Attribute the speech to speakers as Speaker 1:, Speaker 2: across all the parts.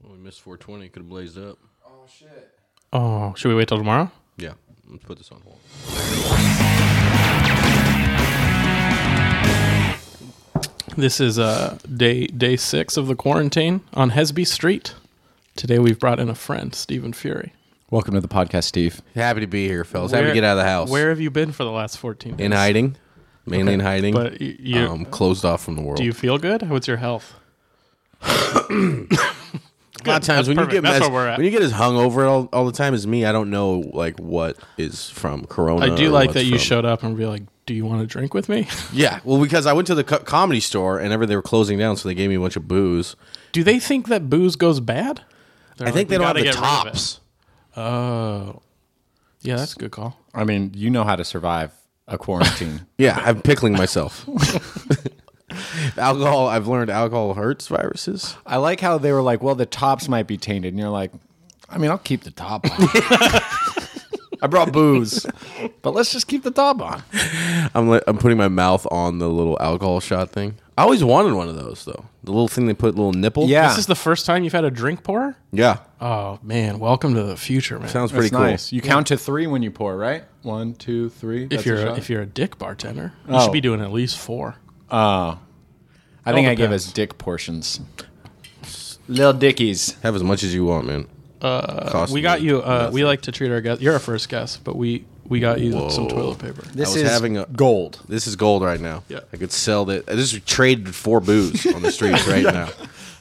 Speaker 1: Well, we missed 420. Could have blazed up.
Speaker 2: Oh shit.
Speaker 3: Oh, should we wait till tomorrow?
Speaker 1: Yeah. Let's put this on hold.
Speaker 3: This is uh, day day six of the quarantine on Hesby Street. Today we've brought in a friend, Stephen Fury.
Speaker 2: Welcome to the podcast, Steve.
Speaker 1: Happy to be here, fellas. Happy to get out of the house.
Speaker 3: Where have you been for the last fourteen? Days?
Speaker 1: In hiding. Mainly in hiding.
Speaker 3: But y- you,
Speaker 1: um, closed off from the world.
Speaker 3: do you feel good? What's your health?
Speaker 1: a lot of times
Speaker 3: That's
Speaker 1: when
Speaker 3: perfect.
Speaker 1: you get
Speaker 3: That's
Speaker 1: as,
Speaker 3: where we're at.
Speaker 1: when you get as hungover all, all the time as me, I don't know like what is from Corona.
Speaker 3: I do
Speaker 1: or
Speaker 3: like
Speaker 1: Uh, what's
Speaker 3: that you
Speaker 1: from-
Speaker 3: showed up and be like, "Do you want to drink with me?"
Speaker 1: Yeah, well, because I went to the co- comedy store and ever they were closing down, so they gave me a bunch of booze.
Speaker 3: do they think that booze goes bad? They're
Speaker 1: I
Speaker 3: like,
Speaker 1: think
Speaker 3: "We
Speaker 1: they don't have
Speaker 3: gotta
Speaker 1: the
Speaker 3: get rid of it."
Speaker 1: tops.
Speaker 3: Oh, yeah, that's a good call.
Speaker 2: I mean, you know how to survive a quarantine.
Speaker 1: Yeah, I'm pickling myself. alcohol. I've learned alcohol hurts viruses.
Speaker 2: I like how they were like, well, the tops might be tainted. And you're like, I mean, I'll keep the top on. I brought booze, but let's just keep the top on.
Speaker 1: I'm li- I'm putting my mouth on the little alcohol shot thing. I always wanted one of those though. The little thing they put little nipple.
Speaker 2: Yeah.
Speaker 3: This is the first time you've had a drink pour.
Speaker 1: yeah.
Speaker 3: Oh man, welcome to the future, man.
Speaker 1: Sounds
Speaker 2: That's
Speaker 1: pretty cool.
Speaker 2: nice. You count to three when you pour, right? One, two, three.
Speaker 3: if you're a, if you're a dick bartender, you
Speaker 2: Oh.
Speaker 3: should be doing at least four.
Speaker 2: I think
Speaker 3: all
Speaker 2: I give
Speaker 3: depends.
Speaker 2: us dick portions. Little dickies.
Speaker 1: Have as much as you want, man. Uh,
Speaker 3: We got you. Uh, we like to treat our guests. You're our first guest, but we we got you some toilet paper.
Speaker 2: This
Speaker 1: was
Speaker 2: is
Speaker 1: having a-
Speaker 2: gold.
Speaker 1: This is gold right now.
Speaker 3: Yeah.
Speaker 1: I could sell that. This is traded for booze on the streets right now.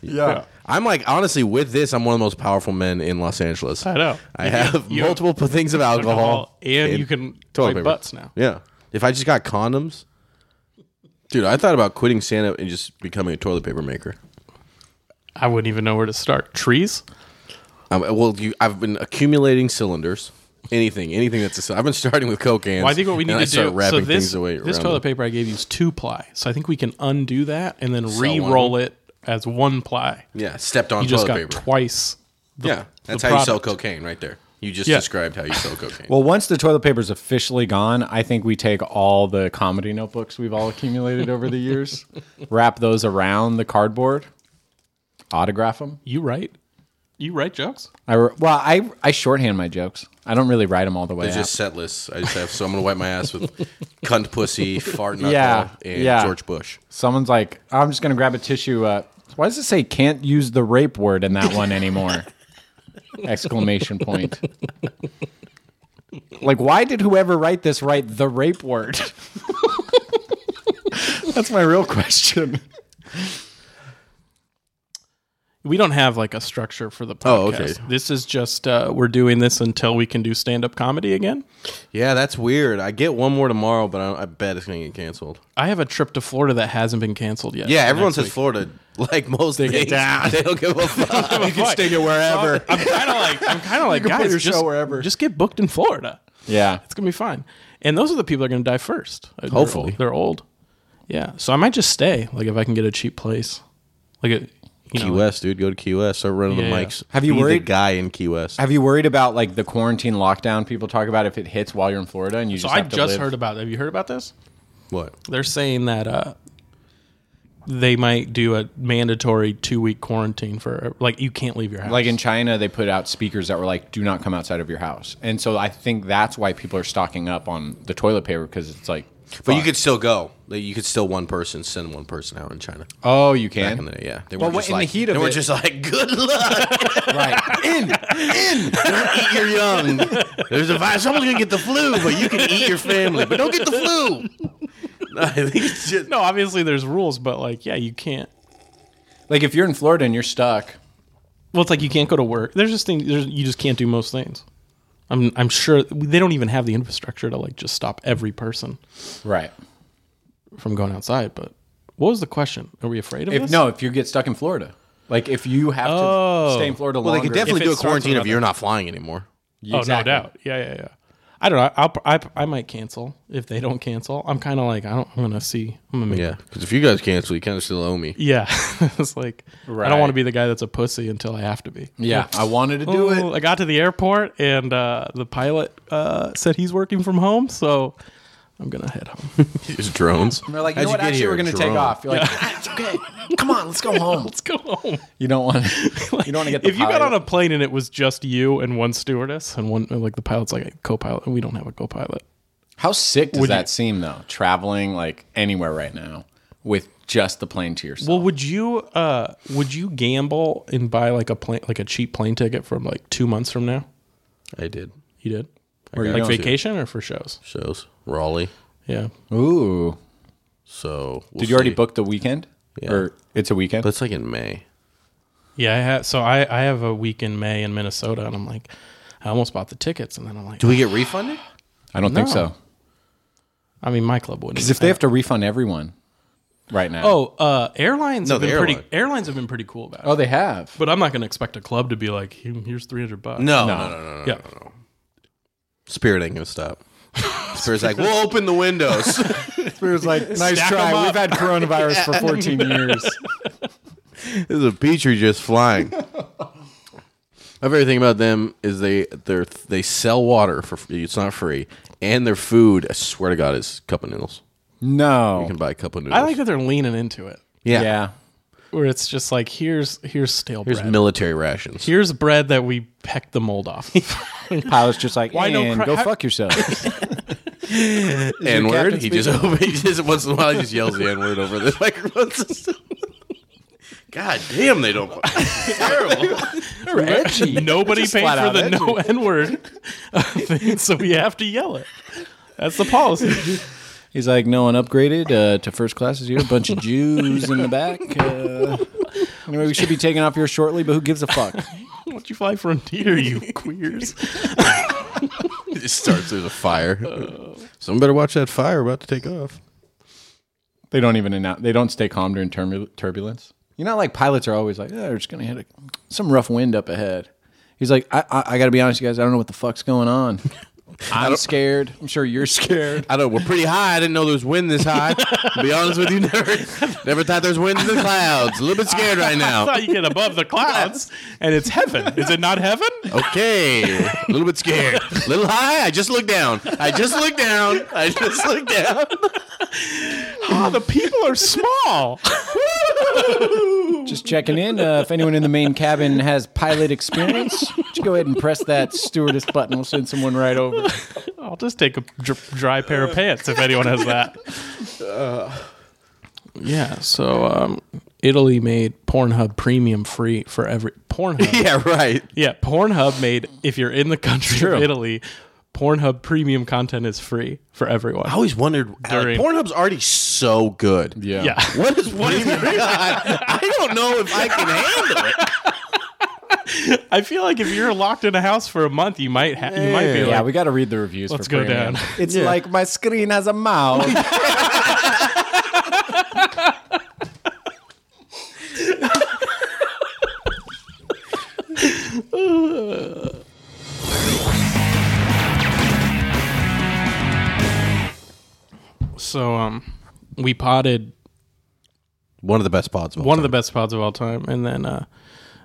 Speaker 2: Yeah.
Speaker 1: I'm like honestly with this, I'm one of the most powerful men in Los Angeles.
Speaker 3: I know.
Speaker 1: I
Speaker 3: You-
Speaker 1: have
Speaker 3: you-
Speaker 1: multiple p- things of alcohol,
Speaker 3: and you can
Speaker 1: toilet
Speaker 3: wipe
Speaker 1: paper.
Speaker 3: butts now.
Speaker 1: Yeah, if I just got condoms, dude, I thought about quitting stand up and just becoming a toilet paper maker.
Speaker 3: I wouldn't even know where to start. Trees.
Speaker 1: Um, well, you, I've been accumulating cylinders. Anything, anything that's a cylinder. I've been starting with coke cans.
Speaker 3: Well, I think what we
Speaker 1: and
Speaker 3: need
Speaker 1: I
Speaker 3: to
Speaker 1: start
Speaker 3: do.
Speaker 1: wrapping
Speaker 3: So this
Speaker 1: things away
Speaker 3: this
Speaker 1: around
Speaker 3: toilet
Speaker 1: them.
Speaker 3: paper I gave you is two ply. So I think we can undo that and then
Speaker 1: one of
Speaker 3: re-roll it as one ply.
Speaker 1: Yeah, stepped on
Speaker 3: You just
Speaker 1: toilet
Speaker 3: got
Speaker 1: paper.
Speaker 3: twice. The,
Speaker 1: yeah, that's
Speaker 3: the
Speaker 1: how you sell
Speaker 3: product.
Speaker 1: cocaine, right there. You just
Speaker 3: Yeah.
Speaker 1: described how you sell cocaine.
Speaker 2: Well, once the toilet paper's officially gone, I think we take all the comedy notebooks we've all accumulated over the years, wrap those around the cardboard, autograph them.
Speaker 3: You write. You write jokes.
Speaker 2: I re- well, I I shorthand my jokes. I don't really write them all the way.
Speaker 1: It's
Speaker 2: out.
Speaker 1: just set lists. I just have so I'm gonna wipe my ass with cunt pussy, fart knuckle,
Speaker 2: Yeah,
Speaker 1: and
Speaker 2: yeah.
Speaker 1: George Bush.
Speaker 2: Someone's like, I'm just gonna grab a tissue. Uh, why does it say can't use the rape word in that one anymore? Exclamation point. Like, why did whoever write this write the rape word? That's my real question.
Speaker 3: We don't have like a structure for the podcast.
Speaker 1: Oh, okay.
Speaker 3: This is just uh, we're doing this until we can do stand up comedy again.
Speaker 1: Yeah, that's weird. I get one more tomorrow, but I, I bet it's gonna get canceled.
Speaker 3: I have a trip to Florida that hasn't been canceled yet.
Speaker 1: Yeah, everyone says Florida, like most they things,
Speaker 2: down.
Speaker 1: they don't give a fuck.
Speaker 3: you can
Speaker 2: stick it wherever.
Speaker 3: I'm kind of like I'm kind of like
Speaker 2: can put
Speaker 3: guys,
Speaker 2: your
Speaker 3: just,
Speaker 2: show wherever."
Speaker 3: Just get booked in Florida.
Speaker 2: Yeah.
Speaker 3: It's gonna be fine. And those are the people that are gonna die first. They're
Speaker 1: Hopefully.
Speaker 3: old- they're old. Yeah, so I might just stay. Like if I can get a cheap place, like a, you
Speaker 1: Key
Speaker 3: know,
Speaker 1: West, dude, go to Key West. Start running
Speaker 3: Yeah.
Speaker 1: the mics.
Speaker 2: Have you
Speaker 1: Be the
Speaker 2: worried-
Speaker 1: guy in Key West?
Speaker 2: Have you worried about like the quarantine lockdown people talk about if it hits while you're in Florida and you
Speaker 3: So
Speaker 2: just
Speaker 3: I
Speaker 2: have to
Speaker 3: just
Speaker 2: live?
Speaker 3: heard about. Have you heard about this?
Speaker 1: what?
Speaker 3: They're saying that uh, they might do a mandatory two week quarantine for like you can't leave your house.
Speaker 2: like in China they put out speakers that were like do not come outside of your house. And so I think that's why people are stocking up on the toilet paper because it's like
Speaker 1: But you
Speaker 2: fuck.
Speaker 1: could still go. Like, you could still one person send one person out in China.
Speaker 2: Oh, you
Speaker 1: Back in
Speaker 2: can.
Speaker 1: the day, yeah. They
Speaker 2: But
Speaker 1: were
Speaker 2: what-
Speaker 1: just
Speaker 2: in the
Speaker 1: like,
Speaker 2: heat
Speaker 1: they
Speaker 2: of
Speaker 1: were
Speaker 2: it-
Speaker 1: just like, good luck.
Speaker 2: Right. In.
Speaker 1: eat your young. There's a virus. Someone's gonna get the flu, but you can eat your family, but don't get the flu. I think it's just
Speaker 3: no, obviously there's rules, but like yeah, you can't.
Speaker 2: Like if you're in Florida and you're stuck.
Speaker 3: Well, it's like you can't go to work. There's just things. There's you just can't do most things. I'm I'm sure they don't even have the infrastructure to like just stop every person
Speaker 2: Right.
Speaker 3: from going outside. But what was the question? Are we afraid of
Speaker 2: If
Speaker 3: this?
Speaker 2: no, if you get stuck in Florida. Like if you have
Speaker 3: Oh.
Speaker 2: to stay in Florida
Speaker 1: Well,
Speaker 2: longer.
Speaker 1: they could definitely
Speaker 3: If it
Speaker 1: do a
Speaker 3: starts
Speaker 1: quarantine if
Speaker 3: another-
Speaker 1: you're not flying anymore.
Speaker 3: oh
Speaker 2: Exactly.
Speaker 3: no doubt. Yeah, yeah, yeah. I don't know. I'll, pr- I I might cancel if they don't cancel. I'm kind of like I don't. I'm gonna see. I'm gonna make
Speaker 1: Yeah, because if you guys cancel, you kind of still owe me.
Speaker 3: Yeah, it's like I
Speaker 2: Right.
Speaker 3: don't want to be the guy that's a pussy until I have to be.
Speaker 2: Yeah, I wanted to do
Speaker 3: Ooh,
Speaker 2: it.
Speaker 3: I got to the airport and uh, the pilot uh, said he's working from home, so I'm gonna head home.
Speaker 1: It's drones.
Speaker 2: They're like, you know what? Actually, we're gonna take off. You're like, "Ah, it's okay. Come on, let's go home.
Speaker 3: Let's go home.
Speaker 2: You don't want. You don't want to get. The
Speaker 3: if you got
Speaker 2: pilot.
Speaker 3: on a plane and it was just you and one stewardess and one like the pilot's like a co-pilot and we don't have a co-pilot.
Speaker 2: How sick does
Speaker 3: Would you-
Speaker 2: that seem though? Traveling like anywhere right now with just the plane to yourself.
Speaker 3: Well, would you uh would you gamble and buy like a plane like a cheap plane ticket from like two months from now?
Speaker 1: I did
Speaker 3: You did
Speaker 2: Where you
Speaker 3: like
Speaker 2: going to?
Speaker 3: vacation or for shows?
Speaker 1: shows Raleigh.
Speaker 3: Yeah,
Speaker 2: Ooh,
Speaker 1: So we'll
Speaker 2: did you already
Speaker 1: see.
Speaker 2: book the weekend? Or it's a weekend?
Speaker 1: But it's like in May.
Speaker 3: yeah. I ha- so I I have a week in May in Minnesota and I'm like I almost bought the tickets and then I'm like
Speaker 1: Do we get refunded?
Speaker 2: I don't think
Speaker 3: No.
Speaker 2: so.
Speaker 3: I mean my club wouldn't
Speaker 2: Because if they have to refund everyone right now.
Speaker 3: oh uh airlines
Speaker 1: No,
Speaker 3: have
Speaker 1: the
Speaker 3: been
Speaker 1: airline.
Speaker 3: pretty airlines have been pretty cool about it.
Speaker 2: oh, they have.
Speaker 3: But I'm not going to expect a club to be like, "Here- here's 300 bucks.
Speaker 1: No, no, no, no. no,
Speaker 3: Yeah.
Speaker 1: Spirit ain't gonna stop. Spirit's like, we'll open the windows.
Speaker 2: Spirit's like, nice
Speaker 3: Stack 'em up."
Speaker 2: had coronavirus for 14 years.
Speaker 1: There's a petri just flying. My favorite thing about them is they they they sell water for free. It's not free, and their food. I swear to God, is cup of noodles.
Speaker 2: No.
Speaker 1: You can buy a cup of noodles.
Speaker 3: I like that they're leaning into it,
Speaker 1: yeah.
Speaker 2: yeah.
Speaker 3: where it's just like, here's here's stale
Speaker 1: Here's
Speaker 3: bread.
Speaker 1: military rations.
Speaker 3: here's bread that we pecked the mold off.
Speaker 2: Pilot's just like,
Speaker 3: Why no
Speaker 2: and
Speaker 3: cra-
Speaker 2: go
Speaker 3: how-
Speaker 2: fuck yourself.
Speaker 1: N
Speaker 2: captain
Speaker 1: word. He just he just once in a while he just yells the N word over the microphone system. God damn, they don't. terrible.
Speaker 3: Nobody
Speaker 2: Just
Speaker 3: paid
Speaker 2: flat
Speaker 3: for
Speaker 2: out
Speaker 3: the no N word, thing, so we have to yell it. That's the policy.
Speaker 2: He's like, no one upgraded uh, to first class this year. A bunch of Jews in the back. Uh, anyway, we should be taking off here shortly, but who gives a fuck?
Speaker 3: Why don't you fly frontier, you queers?
Speaker 1: It just starts. There's a fire.
Speaker 3: Uh.
Speaker 1: Someone better watch that fire about to take off.
Speaker 2: They don't even announce. They don't stay calm during tur- turbulence. You know, like pilots are always like, "Yeah, they're just gonna hit a, some rough wind up ahead." He's like, I, "I, I gotta be honest, you guys. I don't know what the fuck's going on. I'm scared. I'm sure you're scared.
Speaker 1: I don't. We're pretty high. I didn't know there was wind this high. to be honest with you, never, never thought there was wind in the clouds. A little bit scared right
Speaker 3: I
Speaker 1: now.
Speaker 3: thought you get above the clouds and it's heaven. Is it not heaven?
Speaker 1: Okay, a little bit scared. A little high. I just looked down. I just looked down. I just looked down.
Speaker 3: Oh, the people are small.
Speaker 2: Just checking in. Uh, if anyone in the main cabin has pilot experience, just go ahead and press that stewardess button. We'll send someone right over."
Speaker 3: I'll just take a dr- dry pair of pants if anyone has that. Uh, yeah, so um, Italy made Pornhub premium free for every Pornhub. yeah.
Speaker 1: Yeah, right.
Speaker 3: Pornhub made if you're in the country
Speaker 2: True.
Speaker 3: of Italy, Pornhub premium content is free for everyone.
Speaker 1: I always wondered.
Speaker 3: During-
Speaker 1: Like, Pornhub's already so good.
Speaker 3: yeah.
Speaker 1: What is what is God? I don't know if I can handle it.
Speaker 3: I feel like if you're locked in a house for a month, you might ha- you might be
Speaker 2: Yeah,
Speaker 3: like
Speaker 2: we got to read the reviews.
Speaker 3: Let's
Speaker 2: for
Speaker 3: go
Speaker 2: premium.
Speaker 3: down.
Speaker 2: It's like my screen has a mouth.
Speaker 3: so um we potted
Speaker 1: One of the best pods. Of all
Speaker 3: one
Speaker 1: time.
Speaker 3: of the best pods of all time and then uh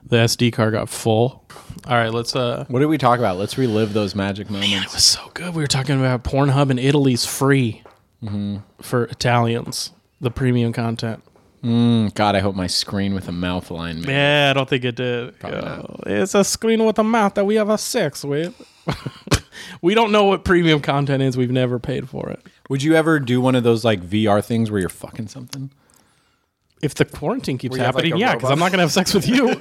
Speaker 3: the SD card got full. All right, let's uh
Speaker 2: What did we talk about? Let's relive those magic moments.
Speaker 3: was so good. We were talking about Pornhub in Italy's free
Speaker 2: Mm-hmm.
Speaker 3: for Italians, the premium content.
Speaker 2: God, I hope my screen with a mouth line. Man.
Speaker 3: Yeah, I don't think it did. Oh, it's a screen with a mouth that we have a sex with. we don't know what premium content is. We've never paid for it.
Speaker 2: Would you ever do one of those like VR things where you're fucking something?
Speaker 3: If the quarantine keeps
Speaker 2: you have, like,
Speaker 3: happening,
Speaker 2: a
Speaker 3: yeah, because I'm not gonna have sex with you.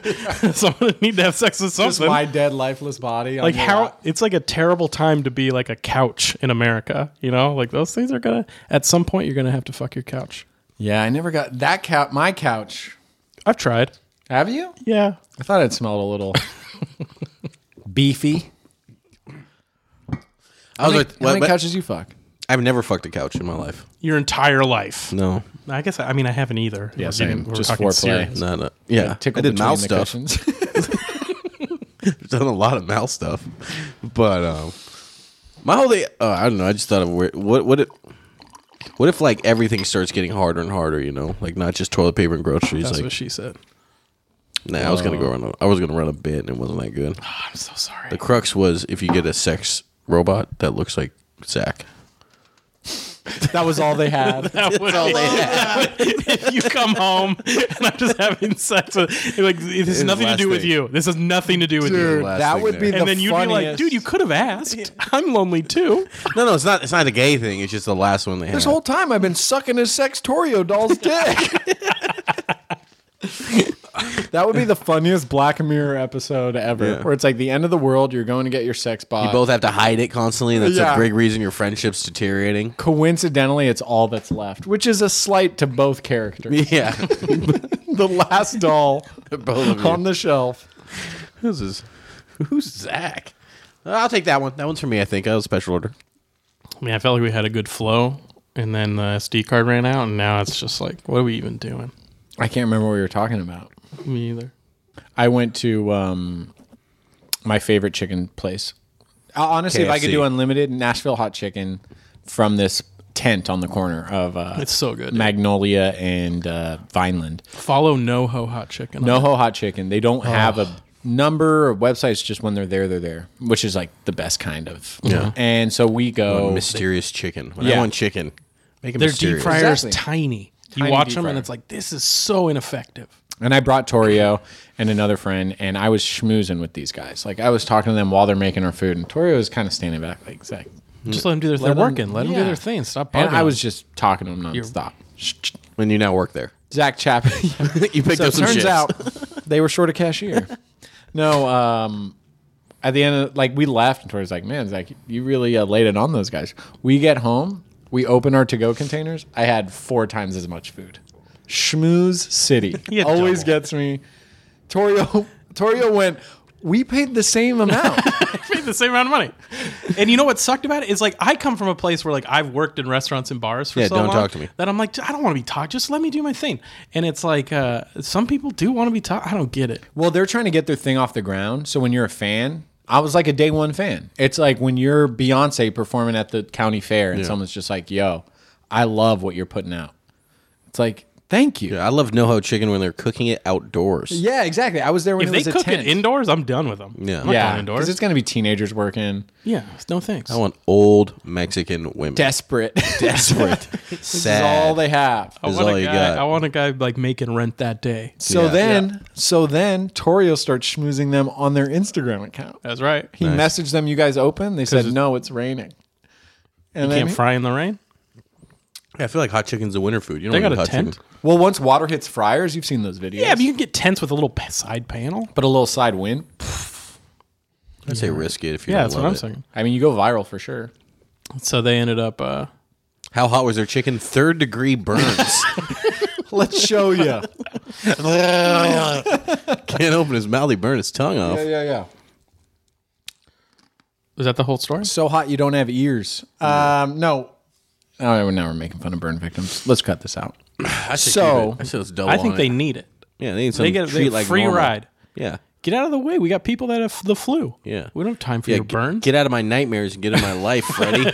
Speaker 3: so I'm gonna need to have sex with something.
Speaker 2: dead, lifeless body.
Speaker 3: like how it's like a terrible time to be like a couch in America. You know, like those things are gonna at some point you're gonna have to fuck your couch.
Speaker 2: Yeah, I never got that couch. My couch.
Speaker 3: I've tried.
Speaker 2: Have you?
Speaker 3: Yeah,
Speaker 2: I thought it smelled a little beefy.
Speaker 1: I
Speaker 2: How
Speaker 1: was
Speaker 2: many,
Speaker 1: like,
Speaker 2: how
Speaker 1: what,
Speaker 2: many
Speaker 1: what?
Speaker 2: couches you fuck?
Speaker 1: I've never fucked a couch in my life.
Speaker 3: your entire life.
Speaker 1: No,
Speaker 3: I guess I mean I haven't either. Yeah,
Speaker 2: same. Just foreplay.
Speaker 1: not a, yeah. I did
Speaker 2: between
Speaker 1: mouth
Speaker 2: the
Speaker 1: stuff.
Speaker 2: cushions.
Speaker 1: I've done a lot of mouth stuff, but um, my whole thing. Uh, I don't know. I just thought of where, what what if what if like everything starts getting harder and harder? You know, like not just toilet paper and groceries.
Speaker 3: That's
Speaker 1: like,
Speaker 3: what she said.
Speaker 1: nah, I was gonna go run. A, I was gonna run a bit, and it wasn't that good.
Speaker 3: I'm so sorry.
Speaker 1: The crux was if you get a sex robot that looks like Zach.
Speaker 2: That was all they had.
Speaker 3: That would all they have. if you come home and I'm just having sex with, you're like this has nothing to
Speaker 1: last
Speaker 3: do with
Speaker 1: thing.
Speaker 3: you. This has nothing to do with
Speaker 1: Dude,
Speaker 3: you.
Speaker 1: last
Speaker 2: that
Speaker 1: thing
Speaker 2: would
Speaker 1: there.
Speaker 2: be the
Speaker 3: And then you'd be like,
Speaker 2: funniest.
Speaker 3: dude, you could have asked. I'm lonely too.
Speaker 1: No, no, it's not. It's not a gay thing. It's just the last one they
Speaker 2: This
Speaker 1: had.
Speaker 2: whole time I've been sucking his sextorio doll's dick. that would be the funniest Black Mirror episode ever.
Speaker 1: Yeah.
Speaker 2: Where it's like the end of the world, you're going to get your sex bot.
Speaker 1: you both have to hide it constantly, and that's
Speaker 2: Yeah.
Speaker 1: a big reason your friendship's deteriorating.
Speaker 2: Coincidentally, it's all that's left, which is a slight to both characters.
Speaker 1: Yeah,
Speaker 2: the last doll
Speaker 1: both of
Speaker 2: on
Speaker 1: you.
Speaker 2: the shelf.
Speaker 1: This is who's Zach? I'll take that one. That one's for me. I think. I was special order.
Speaker 3: I mean, I felt like we had a good flow, and then the SD card ran out, and now it's just like, what are we even doing?
Speaker 2: I can't remember what we were talking about.
Speaker 3: Me either.
Speaker 2: I went to um, my favorite chicken place. Uh, Honestly, if I could
Speaker 1: KFC.
Speaker 2: do unlimited Nashville hot chicken from this tent on the corner of uh,
Speaker 3: It's so good.
Speaker 2: Magnolia and uh, Vineland.
Speaker 3: Follow No Ho Hot Chicken. on
Speaker 2: NoHo Hot Chicken. They don't have a number or websites. Just when they're there, they're there, which is like the best kind of.
Speaker 1: Yeah.
Speaker 2: And so we go.
Speaker 1: mysterious chicken. When
Speaker 2: Yeah.
Speaker 1: I want chicken, make it
Speaker 3: Their deep
Speaker 1: mysterious.
Speaker 3: fryer is
Speaker 2: Exactly.
Speaker 3: tiny. You
Speaker 2: Tiny
Speaker 3: watch
Speaker 2: deep
Speaker 3: them and
Speaker 2: fryer.
Speaker 3: it's like this is so ineffective.
Speaker 2: And I brought Torio and another friend, and I was schmoozing with these guys. Like I was talking to them while they're making our food, and Torio was kind of standing back, like Zach.
Speaker 3: Just let them do their. They're
Speaker 2: them-
Speaker 3: working. Let them do
Speaker 2: yeah.
Speaker 3: their thing. Stop.
Speaker 2: And
Speaker 3: bugging
Speaker 2: I was
Speaker 3: them.
Speaker 2: just talking to him nonstop.
Speaker 1: when you now work there.
Speaker 2: Zach Chapman.
Speaker 1: You picked
Speaker 2: so
Speaker 1: up
Speaker 2: it
Speaker 1: some
Speaker 2: turns
Speaker 1: shifts.
Speaker 2: out they were short a cashier. no, um, at the end of like we left, and Tori's like, "Man, Zach, you really uh, laid it on those guys." We get home, we open our to-go containers. I had four times as much food. Schmooze City
Speaker 3: Yeah,
Speaker 2: always
Speaker 3: double.
Speaker 2: gets me. Torio, Torio went. We paid the same amount.
Speaker 3: paid the same amount of money. And you know what sucked about it is like I come from a place where like I've worked in restaurants and bars for
Speaker 1: Yeah,
Speaker 3: so
Speaker 1: don't
Speaker 3: long
Speaker 1: talk to me.
Speaker 3: that I'm like I don't want to be taught. Just let me do my thing. And it's like uh, some people do want to be taught. I don't get it.
Speaker 2: Well, they're trying to get their thing off the ground. So when you're a fan, I was like a day one fan. It's like when you're Beyonce performing at the county fair and someone's just like, yo, I love what you're putting out. It's like, thank you. Yeah,
Speaker 1: I love NoHo chicken when they're cooking it outdoors.
Speaker 2: exactly. I was there when
Speaker 3: If
Speaker 2: it
Speaker 3: they
Speaker 2: was a
Speaker 3: cook it
Speaker 2: tent.
Speaker 3: indoors, I'm done with them.
Speaker 1: Yeah.
Speaker 3: I'm not
Speaker 2: yeah,
Speaker 3: going
Speaker 2: because
Speaker 3: indoors.
Speaker 2: it's going to be teenagers working.
Speaker 3: yeah, no thanks.
Speaker 1: I want old Mexican women.
Speaker 2: Desperate.
Speaker 1: Desperate.
Speaker 2: this is all they have.
Speaker 3: I
Speaker 1: is
Speaker 3: want
Speaker 1: all
Speaker 3: a
Speaker 1: you
Speaker 3: guy.
Speaker 1: got.
Speaker 3: I want a guy like making rent that day.
Speaker 2: So
Speaker 1: Yeah.
Speaker 2: then, so then, Torio starts schmoozing them on their Instagram account.
Speaker 3: That's right.
Speaker 2: He messaged them, "You guys open?" They said, "No, it's raining." And then
Speaker 3: Can't
Speaker 2: he-
Speaker 3: fry in the rain.
Speaker 1: I feel like hot chicken's a winter food. You don't
Speaker 3: They got
Speaker 1: want
Speaker 3: a
Speaker 1: hot
Speaker 3: tent.
Speaker 1: chicken.
Speaker 2: well, once water hits fryers, you've seen those videos.
Speaker 3: Yeah, but you can get tents with a little p- side panel.
Speaker 2: but a little side win.
Speaker 1: I'd say risk it if you
Speaker 3: Yeah,
Speaker 1: don't
Speaker 3: that's
Speaker 1: love
Speaker 3: what I'm
Speaker 1: it.
Speaker 3: saying.
Speaker 2: I mean, you go viral for sure.
Speaker 3: So they ended up. Uh,
Speaker 1: How hot was their chicken? Third degree burns.
Speaker 2: Let's show you. yeah,
Speaker 1: Can't open his mouth. He burned his tongue off.
Speaker 2: yeah, yeah.
Speaker 3: is that the whole story?
Speaker 2: So hot you don't have ears. Um, no. Oh, now we're making fun of burn victims. Letlet's cut this out.
Speaker 1: I should
Speaker 2: So-
Speaker 1: keep it. I should just double
Speaker 3: I think
Speaker 1: on
Speaker 3: they
Speaker 1: it.
Speaker 3: need it.
Speaker 1: yeah they need some
Speaker 3: They get
Speaker 1: treat
Speaker 3: a
Speaker 1: like
Speaker 3: free
Speaker 1: normal.
Speaker 3: ride.
Speaker 1: Yeah.
Speaker 3: Get out of the way. We got people that have the flu.
Speaker 1: Yeah.
Speaker 3: We don't have time for
Speaker 1: Yeah,
Speaker 3: your
Speaker 1: g-
Speaker 3: burn.
Speaker 1: Get out of my nightmares and get in my life, Freddy.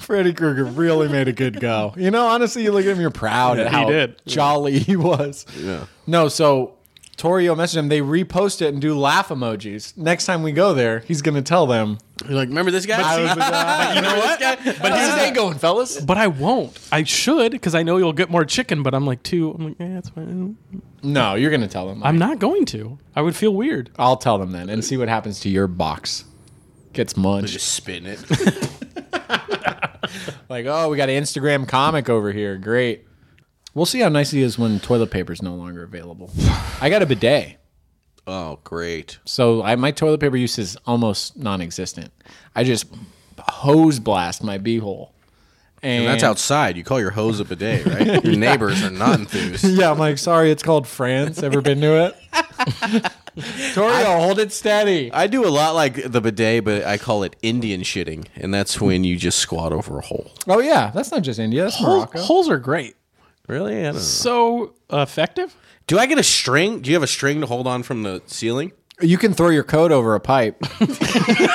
Speaker 2: Freddy Krueger really made a good go. You know, honestly, you look at him, you're proud at
Speaker 3: he
Speaker 2: how
Speaker 3: did.
Speaker 2: jolly he was.
Speaker 1: Yeah.
Speaker 2: No, so Torio messaged him. They repost it and do laugh emojis. Next time we go there, he's going to tell them.
Speaker 1: You're like, remember this guy?
Speaker 2: I was the guy.
Speaker 3: you know what?
Speaker 2: but how's the day going, fellas?
Speaker 3: But I won't. I should because I know you'll get more chicken. But I'm like too. I'm like, eh, that's fine.
Speaker 2: No, you're going to tell them.
Speaker 3: I'm not going to. I would feel weird.
Speaker 2: I'll tell them then and see what happens to your box. Gets munched.
Speaker 1: just spin it.
Speaker 2: Like, oh, we got an Instagram comic over here. Great. We'll see how nice he is when toilet paper's no longer available. I got a bidet.
Speaker 1: oh, great.
Speaker 2: So I, my toilet paper use is almost non existent. I just hose blast my beehole. And,
Speaker 1: And that's outside. You call your hose a bidet, right? Your neighbors are not enthused.
Speaker 2: Yeah, I'm like, sorry, it's called France. Ever been to it? Torio, hold it steady.
Speaker 1: I do a lot like the bidet, but I call it Indian shitting, and that's when you just squat over a hole.
Speaker 2: Oh, yeah. That's not just India. That's
Speaker 3: Holes,
Speaker 2: Morocco.
Speaker 3: holes are great.
Speaker 1: Really? I don't know.
Speaker 3: So effective.
Speaker 1: Do I get a string? Do you have a string to hold on from the ceiling?
Speaker 2: You can throw your coat over a pipe.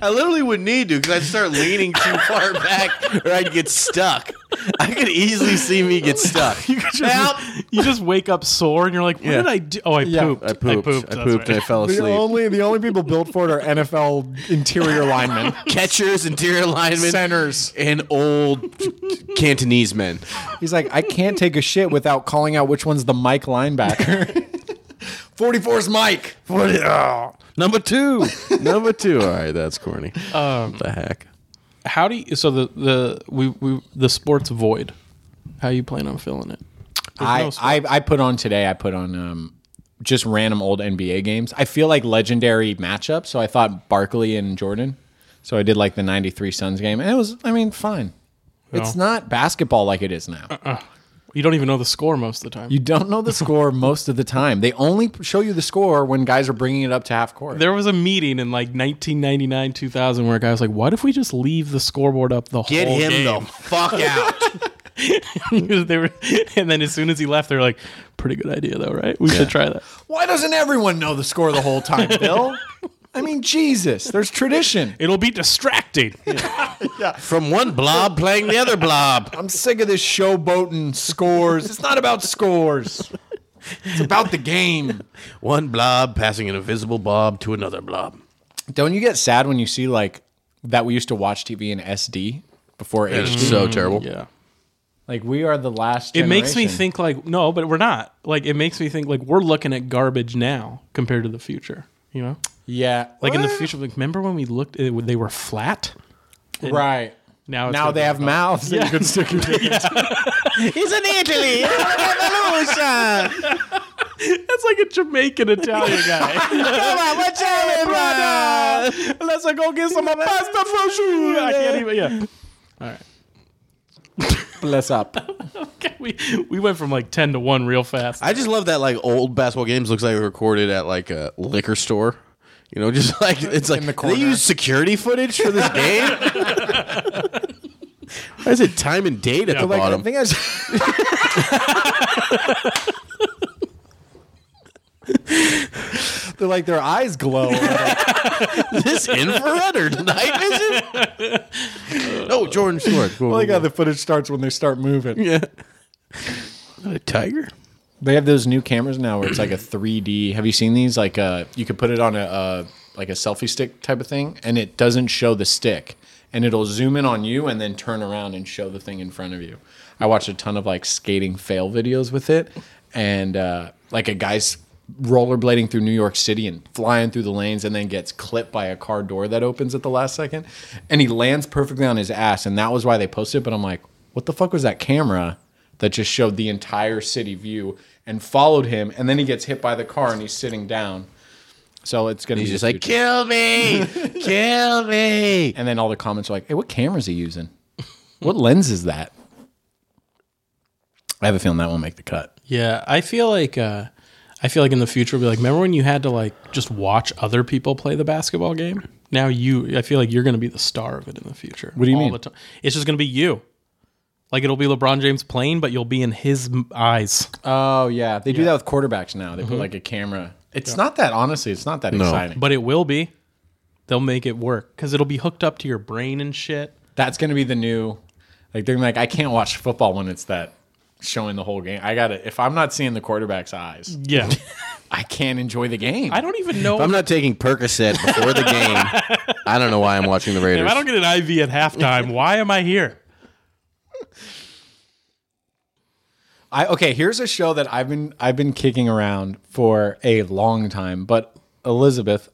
Speaker 1: I literally would need to because I'd start leaning too far back or I'd get stuck. I could easily see me get stuck. Help!
Speaker 3: You just wake up sore and you're like, what
Speaker 1: Yeah.
Speaker 3: did I do? Oh, I
Speaker 2: Yeah.
Speaker 3: pooped.
Speaker 1: I pooped. I pooped.
Speaker 3: that's
Speaker 1: I,
Speaker 3: right.
Speaker 1: fell
Speaker 2: The
Speaker 1: asleep.
Speaker 2: only the only people built for it are NFL interior linemen,
Speaker 1: Catchers, interior linemen,
Speaker 2: centers.
Speaker 1: and old Cantonese men.
Speaker 2: He's like, I can't take a shit without calling out which one's the Mike linebacker.
Speaker 1: 44's Mike. 40, oh. Number two. Number two. All right, that's corny. Um, the heck.
Speaker 3: How do you, so the, the, we, we, the sports void, how you plan on filling it? There's
Speaker 2: I,
Speaker 3: no sports.
Speaker 2: I I put on today. I put on um, just random old NBA games. I feel like legendary matchups, so I thought Barkley and Jordan. So I did like the '93 Suns game, and it was, I mean, fine. It's not basketball like it is now.
Speaker 3: Uh-uh. you don't even know the score most of the time.
Speaker 2: You don't know the score most of the time. They only show you the score when guys are bringing it up to half court.
Speaker 3: there was a meeting in like 1999, 2000 where a guy was like, what if we just leave the scoreboard up the
Speaker 1: Get
Speaker 3: whole
Speaker 1: him
Speaker 3: game?
Speaker 1: the fuck out.
Speaker 3: they were, and then as soon as he left, they were like, pretty good idea though, right? We should try that.
Speaker 2: Why doesn't everyone know the score the whole time, Bill? I mean, Jesus, there's tradition.
Speaker 3: It'll be distracting.
Speaker 1: From one blob playing the other blob.
Speaker 2: I'm sick of this showboating scores. It's not about scores. It's about the game.
Speaker 1: One blob passing an invisible blob to another blob.
Speaker 2: Don't you get sad when you see like that we used to watch TV in SD before
Speaker 1: It's
Speaker 2: HD?
Speaker 1: so terrible.
Speaker 3: yeah.
Speaker 2: Like we are the last.
Speaker 3: It makes me
Speaker 2: generation.
Speaker 3: think like no, but we're not. Like it makes me think like we're looking at garbage now compared to the future. You know,
Speaker 2: Yeah,
Speaker 3: like in the
Speaker 2: Well,
Speaker 3: future, like remember when we looked, it, they were flat.
Speaker 2: right?
Speaker 3: Now, it's
Speaker 2: Now
Speaker 3: gonna
Speaker 2: they
Speaker 3: be-
Speaker 2: have mouths. that you can stick your dick into.
Speaker 1: He's in Italy. Revolution.
Speaker 3: That's like a Jamaican Italian guy.
Speaker 1: Come on, what's brother?
Speaker 3: Let's go get some pasta for sure. I can't even. Yeah.
Speaker 2: Bless up.
Speaker 3: Okay, we we went from like ten to one real fast.
Speaker 1: I just love that like old basketball games looks like they're recorded at like a liquor store. You know, just like it's like
Speaker 2: the
Speaker 1: they
Speaker 2: corner.
Speaker 1: use security footage for this game. Why is it time and date at the
Speaker 2: Like, I
Speaker 1: bottom?
Speaker 2: think I was- They're like their eyes glow.
Speaker 1: this infrared or night vision? oh, Jordan Short. Cool,
Speaker 2: like how
Speaker 1: cool,
Speaker 2: the footage starts when they start moving.
Speaker 1: cool. yeah. A tiger?
Speaker 2: They have those new cameras now where it's like a 3D. Have you seen these? Like uh you could put it on a, uh like a selfie stick type of thing, and it doesn't show the stick, and it'll zoom in on you and then turn around and show the thing in front of you. I watched a ton of like skating fail videos with it, and uh, like a guy's rollerblading through New York City and flying through the lanes and then gets clipped by a car door that opens at the last second and he lands perfectly on his ass and that was why they posted it but I'm like what the fuck was that camera that just showed the entire city view and followed him and then he gets hit by the car and he's sitting down so it's gonna
Speaker 1: He's
Speaker 2: be
Speaker 1: just
Speaker 2: the
Speaker 1: like,
Speaker 2: future.
Speaker 1: kill me, kill me.
Speaker 2: and then all the comments are like hey what camera's he using what lens is that I have a feeling that won't make the cut
Speaker 3: Yeah, I feel like uh, I feel like in the future we'll be like, remember when you had to like just watch other people play the basketball game? Now you, I feel like you're going to be the star of it in the future. What
Speaker 2: do you mean?
Speaker 3: The time. It's just going to be you. Like it'll be LeBron James playing, but you'll be in his m- eyes.
Speaker 2: Oh yeah, Mm-hmm. they do that with quarterbacks now. They put like a camera. It's not that honestly. It's not that exciting. But
Speaker 3: But it will be. They'll make it work because it'll be hooked up to your brain and shit.
Speaker 2: that's gonna be the new. Like they're gonna be like, I can't watch football when it's that showing the whole game. I got to If I'm not seeing the quarterback's eyes,
Speaker 3: Yeah,
Speaker 2: I can't enjoy the game.
Speaker 3: I don't even know.
Speaker 1: If I'm not taking Percocet before the game, I don't know why I'm watching the Raiders.
Speaker 3: if I don't get an IV at halftime, why am I here?
Speaker 2: I okay. Here's a show that I've been I've been kicking around for a long time, but Elizabeth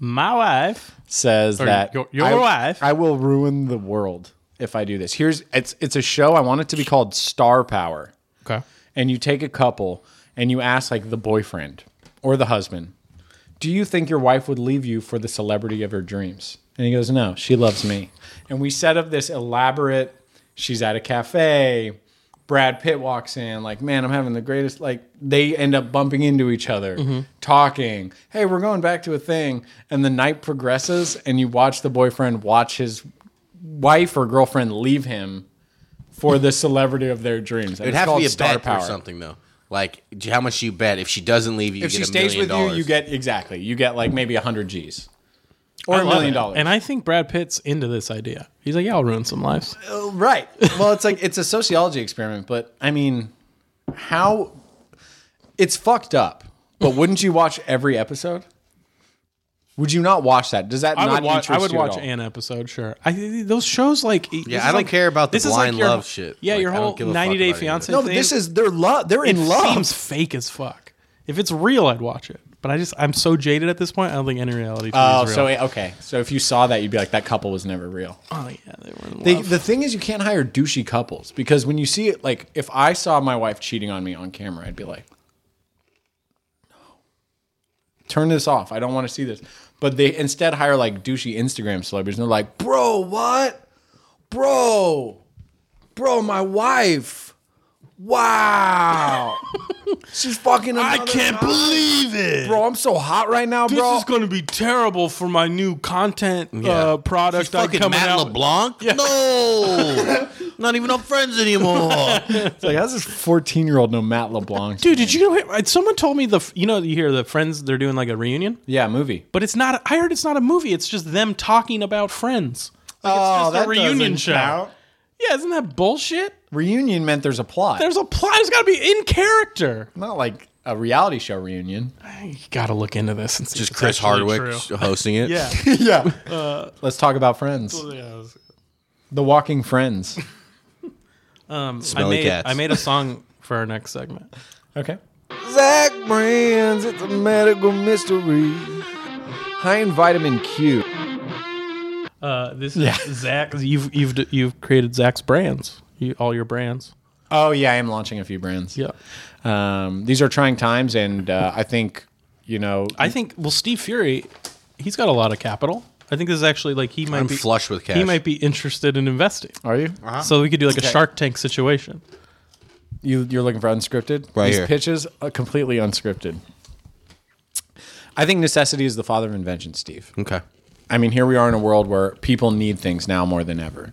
Speaker 3: My wife.
Speaker 2: says that
Speaker 3: your- your
Speaker 2: I,
Speaker 3: wife.
Speaker 2: I will ruin the world if I do this. Here's it's it's a show. I want it to be called Star Power.
Speaker 3: Okay.
Speaker 2: and you take a couple and you ask like the boyfriend or the husband, "Do you think your wife would leave you for the celebrity of her dreams?" And he goes, "No, she loves me." And we set up this elaborate she's at a cafe, Brad Pitt walks in like, "Man, I'm having the greatest like they end up bumping into each other,
Speaker 1: Mm-hmm.
Speaker 2: talking, "Hey, we're going back to a thing." And the night progresses and you watch the boyfriend watch his wife or girlfriend leave him for the celebrity of their dreams.
Speaker 1: It'd have to be a bet or something, though. Like j- how much you bet if she doesn't leave you,
Speaker 2: If
Speaker 1: you
Speaker 2: she
Speaker 1: get a
Speaker 2: stays
Speaker 1: million
Speaker 2: with you,
Speaker 1: dollars.
Speaker 2: you get exactly. You get like maybe hundred G's. or
Speaker 3: I
Speaker 2: a
Speaker 3: love
Speaker 2: million
Speaker 3: it.
Speaker 2: dollars.
Speaker 3: And I think Brad Pitt's into this idea. He's like, yeah, I'll ruin some lives.
Speaker 2: Oh, right. Well, it's like it's a sociology experiment, but I mean, how it's fucked up. But wouldn't you watch every episode? Would you not watch that? Does that
Speaker 3: I would
Speaker 2: not
Speaker 3: watch. I
Speaker 2: interest
Speaker 3: would
Speaker 2: you at
Speaker 3: watch
Speaker 2: all?
Speaker 3: an episode. Sure. I those shows like yeah.
Speaker 1: I don't care about the blind
Speaker 3: your,
Speaker 1: love shit.
Speaker 3: Yeah,
Speaker 1: Like,
Speaker 3: your
Speaker 1: I don't
Speaker 3: whole
Speaker 1: give a fuck
Speaker 3: ninety day
Speaker 1: about any of
Speaker 3: fiance.
Speaker 2: No, but this is they're love. They're
Speaker 3: it
Speaker 2: in love.
Speaker 3: seems fake as fuck. If it's real, I'd watch it. But I just I'm so jaded at this point. I don't think any reality. TV
Speaker 2: oh,
Speaker 3: is
Speaker 2: so
Speaker 3: real.
Speaker 2: it- okay. So if you saw that, you'd be like, that couple was never real.
Speaker 3: oh yeah, they were in
Speaker 2: They,
Speaker 3: love.
Speaker 2: the thing is, you can't hire douchey couples because when you see it, like if I saw my wife cheating on me on camera, I'd be like, no, turn this off. I don't want to see this. But they instead hire like douchey Instagram celebrities and they're like, bro, what? Bro, bro, my wife. Wow. She's fucking
Speaker 3: I
Speaker 2: another
Speaker 3: can't
Speaker 2: guy.
Speaker 3: believe it.
Speaker 2: Bro, I'm so hot right now,
Speaker 3: this
Speaker 2: bro.
Speaker 3: is going to be terrible for my new content uh, product. I'm
Speaker 1: fucking
Speaker 3: coming
Speaker 1: Matt
Speaker 3: out. with.
Speaker 1: LeBlanc? No. Not even our friends anymore.
Speaker 2: It's like, how's this 14 year old know Matt LeBlanc?
Speaker 3: Dude, did you know? Someone told me the you know you hear the friends they're doing like a reunion.
Speaker 2: Yeah, movie.
Speaker 3: But it's not. I heard it's not a movie. It's just them talking about friends. Like, it's just a reunion show. Yeah, isn't that bullshit?
Speaker 2: Reunion meant there's a plot.
Speaker 3: There's a plot. It's got to be in character.
Speaker 2: not like a reality show reunion.
Speaker 3: You got to look into this. And see
Speaker 1: Just
Speaker 3: if it's
Speaker 1: Chris
Speaker 3: actually
Speaker 1: Hardwick
Speaker 3: true.
Speaker 1: hosting it.
Speaker 3: Yeah.
Speaker 2: yeah. Let's talk about Friends.
Speaker 3: Yeah, it was-
Speaker 2: The Walking Friends.
Speaker 3: um, I
Speaker 1: Smelly
Speaker 3: made
Speaker 1: cats.
Speaker 3: I made a song for our next segment.
Speaker 2: Okay. Zach Brands, it's a medical mystery. High in vitamin Q.
Speaker 3: Uh, this
Speaker 2: Yeah.
Speaker 3: is Zach. You've you've d- you've created Zach's brands. You, all your brands.
Speaker 2: Oh yeah, I am launching a few brands.
Speaker 3: Yeah.
Speaker 2: Um, these are trying times, and uh, I think you know.
Speaker 3: I think. Well, Steve Fury, he's got a lot of capital. I think this is actually like he might
Speaker 1: I'm
Speaker 3: be
Speaker 1: flush with
Speaker 3: He
Speaker 1: cash. Ah.
Speaker 3: might be interested in investing.
Speaker 2: Are you?
Speaker 1: Uh-huh.
Speaker 3: So we could do like
Speaker 2: Okay.
Speaker 3: a Shark Tank situation.
Speaker 2: You you're looking for unscripted?
Speaker 1: Right
Speaker 2: These
Speaker 1: here.
Speaker 2: pitches are completely unscripted. I think necessity is the father of invention, Steve.
Speaker 1: Okay.
Speaker 2: I mean, here we are in a world where people need things now more than ever,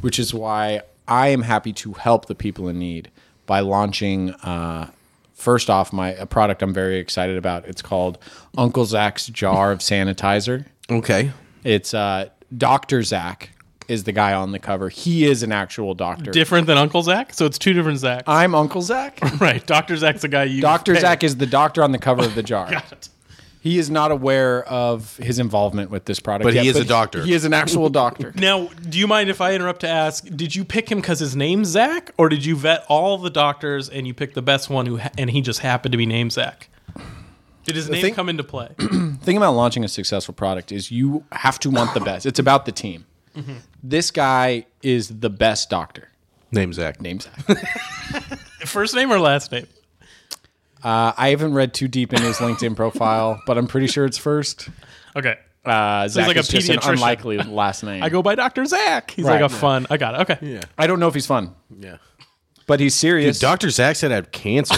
Speaker 2: which is why I am happy to help the people in need by launching. Uh, first off, my a product I'm very excited about. It's called Uncle Zach's Jar of Sanitizer.
Speaker 1: Okay.
Speaker 2: It's uh, Doctor Zach is the guy on the cover. He is an actual doctor.
Speaker 3: Different than Uncle Zach. So it's two different Zachs.
Speaker 2: I'm Uncle Zach.
Speaker 3: right. Doctor Zach's the guy you.
Speaker 2: Uh-huh. Doctor
Speaker 3: pay.
Speaker 2: Zach is the doctor on the cover of the jar.
Speaker 3: Got it.
Speaker 2: He is not aware of his involvement with this product,
Speaker 1: But he is a doctor.
Speaker 2: He is an actual doctor.
Speaker 3: Now, do you mind if I interrupt to ask? Did you pick him because his name's Zach, or did you vet all the doctors and you picked the best one who ha- and he just happened to be named Zach? Did his name
Speaker 2: thing-
Speaker 3: come into play?
Speaker 2: thing about launching a successful product is you have to want the best. It's about the team.
Speaker 3: Mm-hmm.
Speaker 2: This guy is the best doctor.
Speaker 1: Name Zach.
Speaker 2: Name's Zach.
Speaker 3: First name or last name?
Speaker 2: Uh, I haven't read too deep in his LinkedIn profile, but I'm pretty sure it's first.
Speaker 3: Okay.
Speaker 2: Uh, Zach
Speaker 3: like
Speaker 2: is
Speaker 3: a
Speaker 2: just an
Speaker 3: pediatrician.
Speaker 2: unlikely last name.
Speaker 3: I go by Doctor Zach. He's
Speaker 2: Right.
Speaker 3: like a fun. I got it. Okay. Yeah.
Speaker 2: I don't know if he's fun,
Speaker 1: Yeah.
Speaker 2: but he's serious.
Speaker 1: Dr. Zach said I had cancer.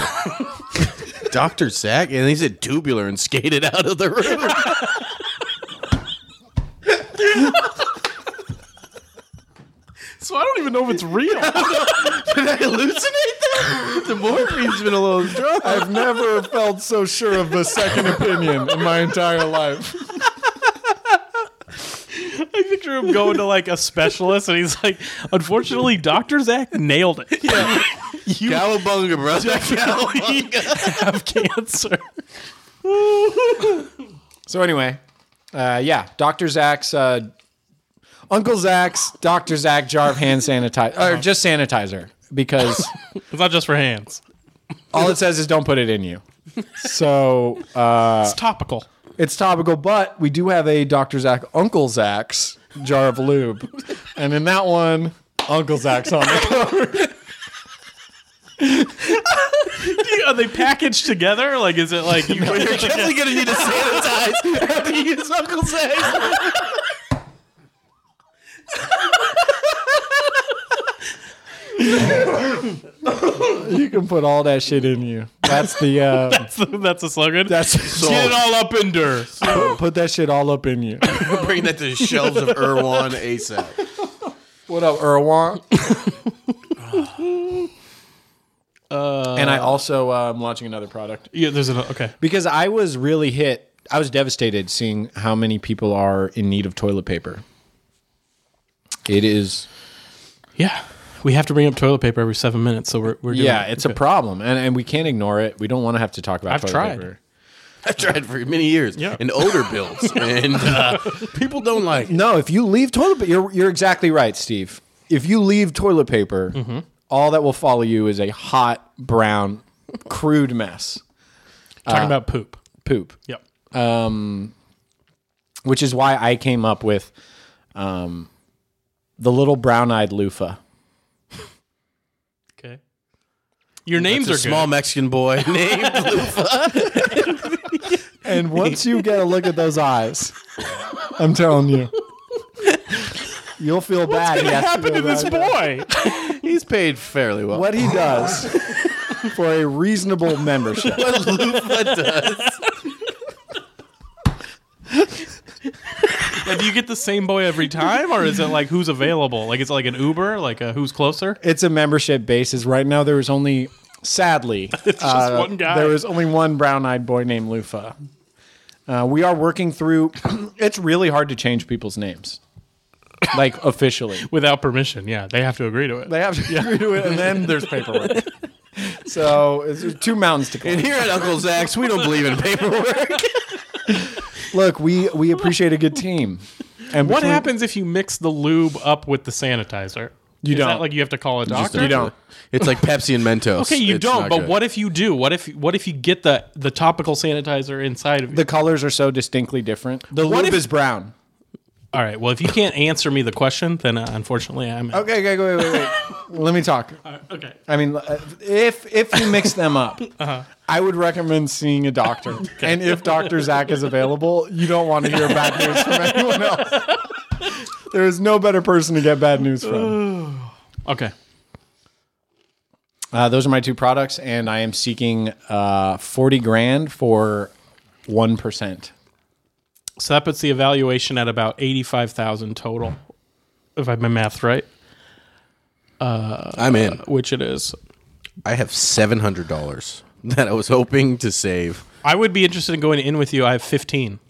Speaker 1: Dr. Zach? And he said tubular and skated out of the room.
Speaker 3: So I don't even know if it's real.
Speaker 1: Did I hallucinate that? The morphine's been a little drunk.
Speaker 2: I've never felt so sure of a second opinion in my entire life.
Speaker 3: I picture him going to like a specialist, and he's like, "Unfortunately, Doctor Zach nailed it. Yeah. you
Speaker 1: Cowabunga, brother. Cowabunga.
Speaker 3: have cancer."
Speaker 2: So anyway, uh, yeah, Doctor Zach's, uh, Uncle Zach's, Doctor Zach jar of hand sanitizer,
Speaker 3: Uh-huh.
Speaker 2: or just sanitizer, because
Speaker 3: It's not just for hands.
Speaker 2: all it says is don't put it in you. So uh,
Speaker 3: It's topical.
Speaker 2: it's topical, but we do have a Doctor Zach, Uncle Zach's jar of lube, and in that one, Uncle Zach's on the cover.
Speaker 3: Are they packaged together? Like, is it like you put it together?
Speaker 1: definitely going to need to sanitize after you use Uncle Zach.
Speaker 2: You can put all that shit in you. That's the uh,
Speaker 3: That's, that's a slogan.
Speaker 2: that's
Speaker 3: Get it all up in her.
Speaker 2: put that shit all up in you.
Speaker 1: Bring that to the shelves of Irwan ASAP.
Speaker 2: What up, Erwan? and I also uh, am launching another product
Speaker 3: Yeah, there's an okay.
Speaker 2: because I was really hit. I was devastated seeing how many people are in need of toilet paper. It is
Speaker 3: Yeah. We have to bring up toilet paper every seven minutes, so we're, we're doing
Speaker 2: yeah,
Speaker 3: it.
Speaker 2: it's a problem, and and we can't ignore it. We don't want to have to talk about.
Speaker 3: I've
Speaker 2: toilet
Speaker 3: tried.
Speaker 2: Paper.
Speaker 1: I've tried for many years.
Speaker 3: Yeah.
Speaker 1: And odor builds. and uh, people don't like it.
Speaker 2: No, if you leave toilet paper, you're you're exactly right, Steve. If you leave toilet paper, all that will follow you is a hot brown, crude mess,
Speaker 3: talking about poop.
Speaker 2: poop.
Speaker 3: uh, Yep.
Speaker 2: Which is why I came up with, um, the little brown-eyed loofah.
Speaker 3: Okay. Your names
Speaker 1: It's a
Speaker 3: are
Speaker 1: small
Speaker 3: good.
Speaker 1: Mexican boy named
Speaker 2: And once you get a look at those eyes, I'm telling you, you'll feel bad. What's
Speaker 3: Happened to this boy.
Speaker 1: He's paid fairly well.
Speaker 2: What he does for a reasonable membership.
Speaker 1: What loofah does.
Speaker 3: Now, do you get the same boy every time, or is it like who's available? Like it's like an Uber, like a who's closer?
Speaker 2: it's a membership basis. Right now, there was only, sadly, uh,
Speaker 3: one guy.
Speaker 2: There was only one brown-eyed boy named Lufa. Uh, we are working through. it's really hard to change people's names, like officially.
Speaker 3: Without permission, yeah, they have to agree to it.
Speaker 2: They have to agree to it, and then there's paperwork. so it's there's two mountains to
Speaker 1: And
Speaker 2: climb.
Speaker 1: here at Uncle Zach's, we don't believe in paperwork.
Speaker 2: Look, we we appreciate a good team. And
Speaker 3: What
Speaker 2: between-
Speaker 3: happens if you mix the lube up with the sanitizer? You Is
Speaker 2: don't.
Speaker 3: That like you have to call a
Speaker 1: Just
Speaker 3: doctor.
Speaker 2: You don't.
Speaker 1: It's like Pepsi and Mentos.
Speaker 3: Okay, you
Speaker 1: It's
Speaker 3: don't.
Speaker 1: not
Speaker 3: But
Speaker 1: good.
Speaker 3: what if you do? What if what if you get the the topical sanitizer inside of you?
Speaker 2: The colors are so distinctly different. The
Speaker 3: What
Speaker 2: lube
Speaker 3: if-
Speaker 2: is brown.
Speaker 3: All right. Well, if you can't answer me the question, then uh, unfortunately I'm out.
Speaker 2: Okay, okay, wait, wait, wait. Let me talk.
Speaker 3: okay.
Speaker 2: I mean, uh, if if you mix them up, I would recommend seeing a doctor. And if Doctor Zach is available, you don't want to hear bad news from anyone else. There is no better person to get bad news from.
Speaker 3: Okay.
Speaker 2: Uh, those are my two products, and I am seeking uh, forty grand for one percent.
Speaker 3: So that puts the evaluation at about eighty-five thousand total, if I have my math right,
Speaker 1: I'm in.
Speaker 3: which it is.
Speaker 1: I have seven hundred dollars that I was hoping to save.
Speaker 3: I would be interested in going in with you. I have fifteen,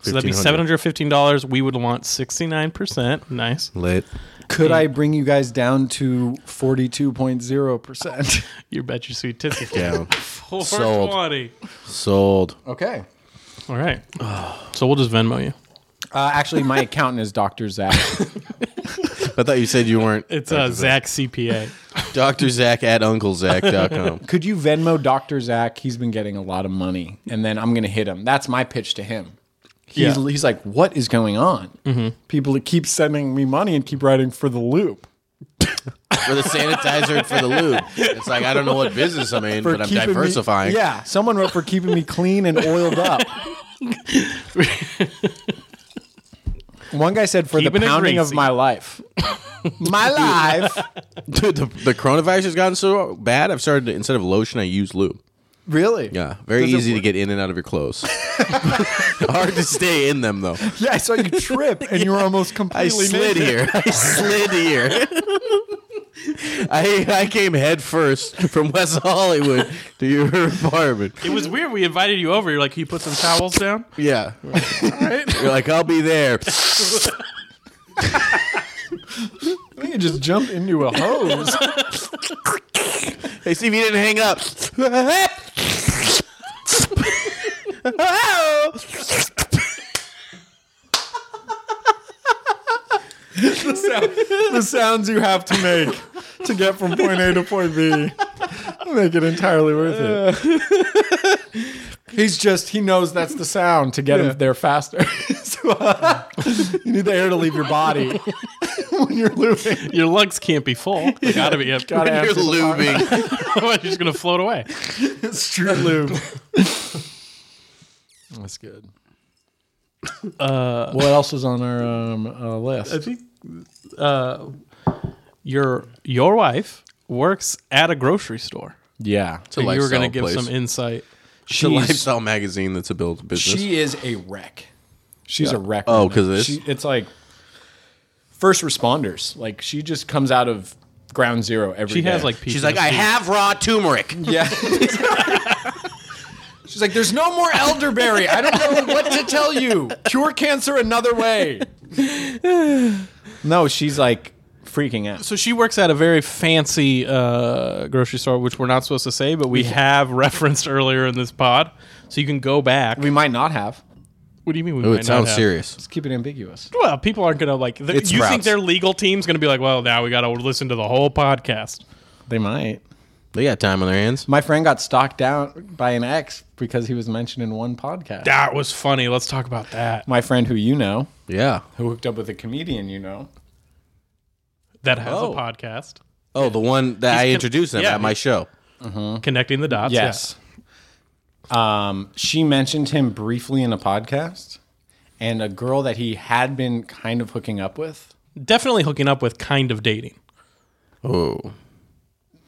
Speaker 3: so that'd be seven hundred fifteen dollars. We would want sixty-nine percent. Nice.
Speaker 1: Lit.
Speaker 2: Could I bring you guys down to forty-two point zero percent?
Speaker 3: You bet your sweet tits.
Speaker 1: Down.
Speaker 3: Four
Speaker 1: Sold.
Speaker 3: twenty.
Speaker 1: Sold.
Speaker 2: Okay.
Speaker 3: All right. So we'll just Venmo you.
Speaker 2: Uh, actually, my accountant is Doctor Zach.
Speaker 1: I thought you said you weren't.
Speaker 3: It's uh, Zach CPA.
Speaker 1: Doctor Zach at UncleZach.com.
Speaker 2: could you Venmo Dr. Zach? He's been getting a lot of money. And then I'm going to hit him. That's my pitch to him. He's,
Speaker 3: Yeah.
Speaker 2: he's like, what is going on? People keep sending me money and keep writing for the loop.
Speaker 1: for the sanitizer and for the lube. It's like I don't know what business I'm in,
Speaker 2: For
Speaker 1: but I'm
Speaker 2: keeping me-
Speaker 1: diversifying.
Speaker 2: yeah. Someone wrote for keeping me clean and oiled up. One guy said for
Speaker 3: Keeping
Speaker 2: the
Speaker 3: it
Speaker 2: pounding of
Speaker 3: greasy.
Speaker 2: my life. my life.
Speaker 1: Dude, the, the coronavirus has gotten so bad. I've started to, instead of lotion, I use lube.
Speaker 2: Really?
Speaker 1: Yeah, very
Speaker 2: Does it
Speaker 1: easy to
Speaker 2: work?
Speaker 1: get in and out of your clothes. Hard to stay in them though.
Speaker 2: Yeah, I saw you trip and you were almost
Speaker 1: I
Speaker 2: completely
Speaker 1: slid
Speaker 2: naked.
Speaker 1: here. I slid here. I I came head first from West Hollywood to your apartment.
Speaker 3: It was weird. We invited you over. You're like, can you put some towels down?
Speaker 1: Yeah. You're like, I'll be there.
Speaker 2: I think you just jumped into a hose.
Speaker 1: Hey, Steve, you didn't hang up. Hello.
Speaker 2: the sounds you have to make to get from point A to point B make it entirely worth it. He's just he knows that's the sound to get him there faster. So, uh, you need the air to leave your body when you're looping.
Speaker 3: Your lugs can't be full. They gotta be empty.
Speaker 2: Gotta
Speaker 1: You're
Speaker 2: have to-
Speaker 1: lubing.
Speaker 3: Otherwise, you're just gonna float away.
Speaker 2: street lube. That's good.
Speaker 1: Uh,
Speaker 2: what else is on our um, uh, list?
Speaker 3: I think uh, your your wife works at a grocery store.
Speaker 2: Yeah,
Speaker 1: a
Speaker 3: you were
Speaker 1: lifestyle
Speaker 3: gonna give
Speaker 1: place.
Speaker 3: some insight.
Speaker 1: The
Speaker 2: she's
Speaker 1: lifestyle magazine that's a build business.
Speaker 2: She is a wreck. She's a wreck.
Speaker 1: Oh,
Speaker 2: right now.
Speaker 1: 'cause of this?
Speaker 2: She- it's like first responders. Like she just comes out of ground zero every
Speaker 3: She
Speaker 2: day.
Speaker 3: has like
Speaker 1: She's like, I
Speaker 3: PTSD.
Speaker 1: have raw turmeric.
Speaker 2: yeah. She's like, there's no more elderberry. I don't know what to tell you. Cure cancer another way. no, she's like freaking out.
Speaker 3: So she works at a very fancy uh, grocery store, which we're not supposed to say, but we have referenced earlier in this pod. So you can go back.
Speaker 2: We might not have.
Speaker 3: what do you mean? We
Speaker 1: Ooh,
Speaker 3: might
Speaker 1: it
Speaker 3: not
Speaker 1: sounds
Speaker 3: have?
Speaker 1: serious.
Speaker 2: Let's keep it ambiguous.
Speaker 3: Well, people aren't gonna like. th-
Speaker 2: It's
Speaker 3: you think
Speaker 2: Sprouts.
Speaker 3: their legal team's gonna be like, well, now we gotta listen to the whole podcast.
Speaker 2: They might.
Speaker 1: They got time on their hands.
Speaker 2: My friend got stalked out by an ex because he was mentioned in one podcast.
Speaker 3: That was funny. Let's talk about that.
Speaker 2: My friend who you know,
Speaker 1: Yeah.
Speaker 2: who hooked up with a comedian you know.
Speaker 3: That has
Speaker 1: Oh.
Speaker 3: a podcast.
Speaker 1: Oh, the one that I
Speaker 3: con-
Speaker 1: introduced them
Speaker 3: yeah,
Speaker 1: at my
Speaker 3: he-
Speaker 1: show.
Speaker 3: Connecting the dots.
Speaker 2: Yes. Um, she mentioned him briefly in a podcast, and a girl that he had been kind of hooking up with.
Speaker 3: yeah. Definitely hooking up with kind of dating.
Speaker 1: Oh.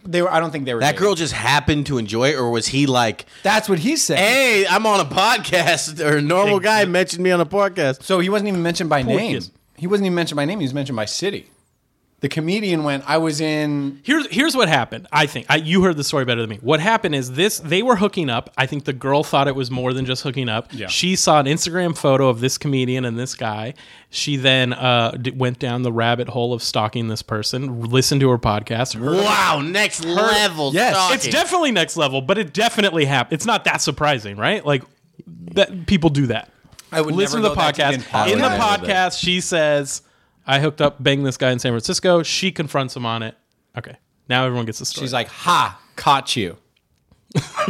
Speaker 2: They were. I don't think they were.
Speaker 1: That
Speaker 2: dating.
Speaker 1: girl just happened to enjoy it, or was he like,
Speaker 2: That's what he said.
Speaker 1: hey, I'm on a podcast, or a normal guy mentioned me on a podcast?
Speaker 2: so he wasn't even mentioned by name.
Speaker 3: Porteous.
Speaker 2: He wasn't even mentioned by name. He was mentioned by city. The comedian went. I was in.
Speaker 3: Here's here's what happened. I think I, you heard the story better than me. What happened is this: they were hooking up. I think the girl thought it was more than just hooking up.
Speaker 2: Yeah.
Speaker 3: She saw an Instagram photo of this comedian and this guy. She then uh, d- went down the rabbit hole of stalking this person. Listened to her podcast. Heard
Speaker 1: Wow, next level.
Speaker 2: Yes.
Speaker 1: stalking.
Speaker 3: It's definitely next level, but it definitely happened. It's not that surprising, right? Like that people do that.
Speaker 2: I would
Speaker 3: Listen to
Speaker 2: never
Speaker 3: the
Speaker 2: know that's
Speaker 3: podcast.
Speaker 2: even possible.
Speaker 3: In the
Speaker 1: I would never know
Speaker 3: podcast, she says, "I hooked up, banged this guy in San Francisco." She confronts him on it. Okay, now everyone gets the story.
Speaker 2: She's like, "Ha, caught you."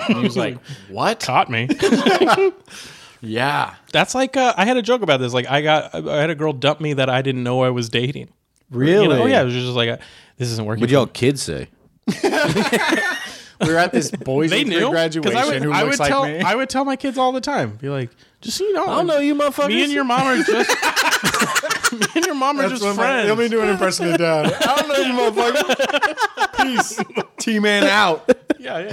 Speaker 2: and he was like,
Speaker 1: What?
Speaker 3: caught me.
Speaker 2: "Yeah,
Speaker 3: That's like uh, I had a joke about this. Like I got I had a girl dump me that I didn't know I was dating.
Speaker 2: really?
Speaker 3: You know? Oh yeah, it was just like uh, this isn't working.
Speaker 1: What'd y'all kids say?
Speaker 2: We were at this boys'
Speaker 3: they
Speaker 2: and free
Speaker 3: knew 'Cause
Speaker 2: graduation.
Speaker 3: I would,
Speaker 2: who
Speaker 3: I
Speaker 2: looks
Speaker 3: would
Speaker 2: like
Speaker 3: tell
Speaker 2: me.
Speaker 3: I would tell my kids all the time. Be like, just so you know, I
Speaker 1: don't know you motherfuckers.
Speaker 3: Me and your mom are just me and your mom are just
Speaker 2: That's what my-
Speaker 3: friends.
Speaker 2: Let me do an impression of dad. I don't know you, motherfucker. Peace. T man out.
Speaker 3: yeah, yeah,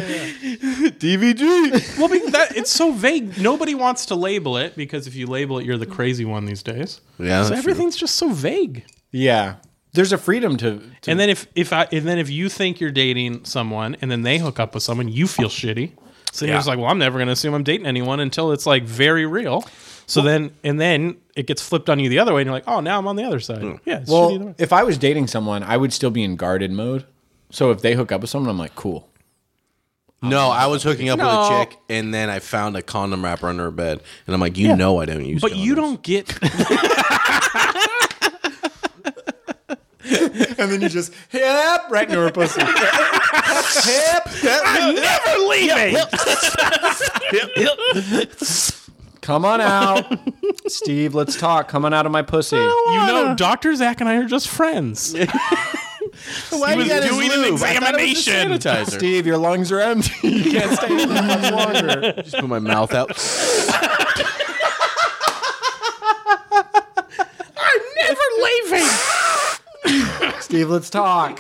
Speaker 3: yeah.
Speaker 1: DVG.
Speaker 3: Well, be- that it's so vague. Nobody wants to label it because if you label it, you're the crazy one these days.
Speaker 1: Yeah,
Speaker 3: so
Speaker 1: that's
Speaker 3: everything's just so vague.
Speaker 2: Yeah. There's a freedom to. to
Speaker 3: And then if if I and then if you think you're dating someone and then they hook up with someone, you feel shitty. So you're just like, well, I'm never going to assume I'm dating anyone until it's like very real. So then and then it gets flipped on you the other way, and you're like, oh, now I'm on the other side.
Speaker 1: Hmm.
Speaker 3: Yeah, it's shitty either way.
Speaker 2: well, if I was dating someone, I would still be in guarded mode. So if they hook up with someone, I'm like, cool.
Speaker 1: No, I was hooking up
Speaker 3: No.
Speaker 1: with a chick, and then I found a condom wrapper under her bed, and I'm like, you know, I don't use.
Speaker 3: But you
Speaker 1: condoms.
Speaker 3: don't get
Speaker 2: And then you just hip right into her pussy. hip.
Speaker 3: never leaving.
Speaker 2: Come on out, Steve. Let's talk. Come on out of my pussy.
Speaker 3: You know, Doctor Zach and I are just friends.
Speaker 1: Why
Speaker 3: He was doing an examination.
Speaker 1: Sanitizer.
Speaker 2: Steve, your lungs are empty. You can't stay here much longer.
Speaker 1: Just put my mouth out.
Speaker 3: never leaving.
Speaker 2: Steve, let's talk.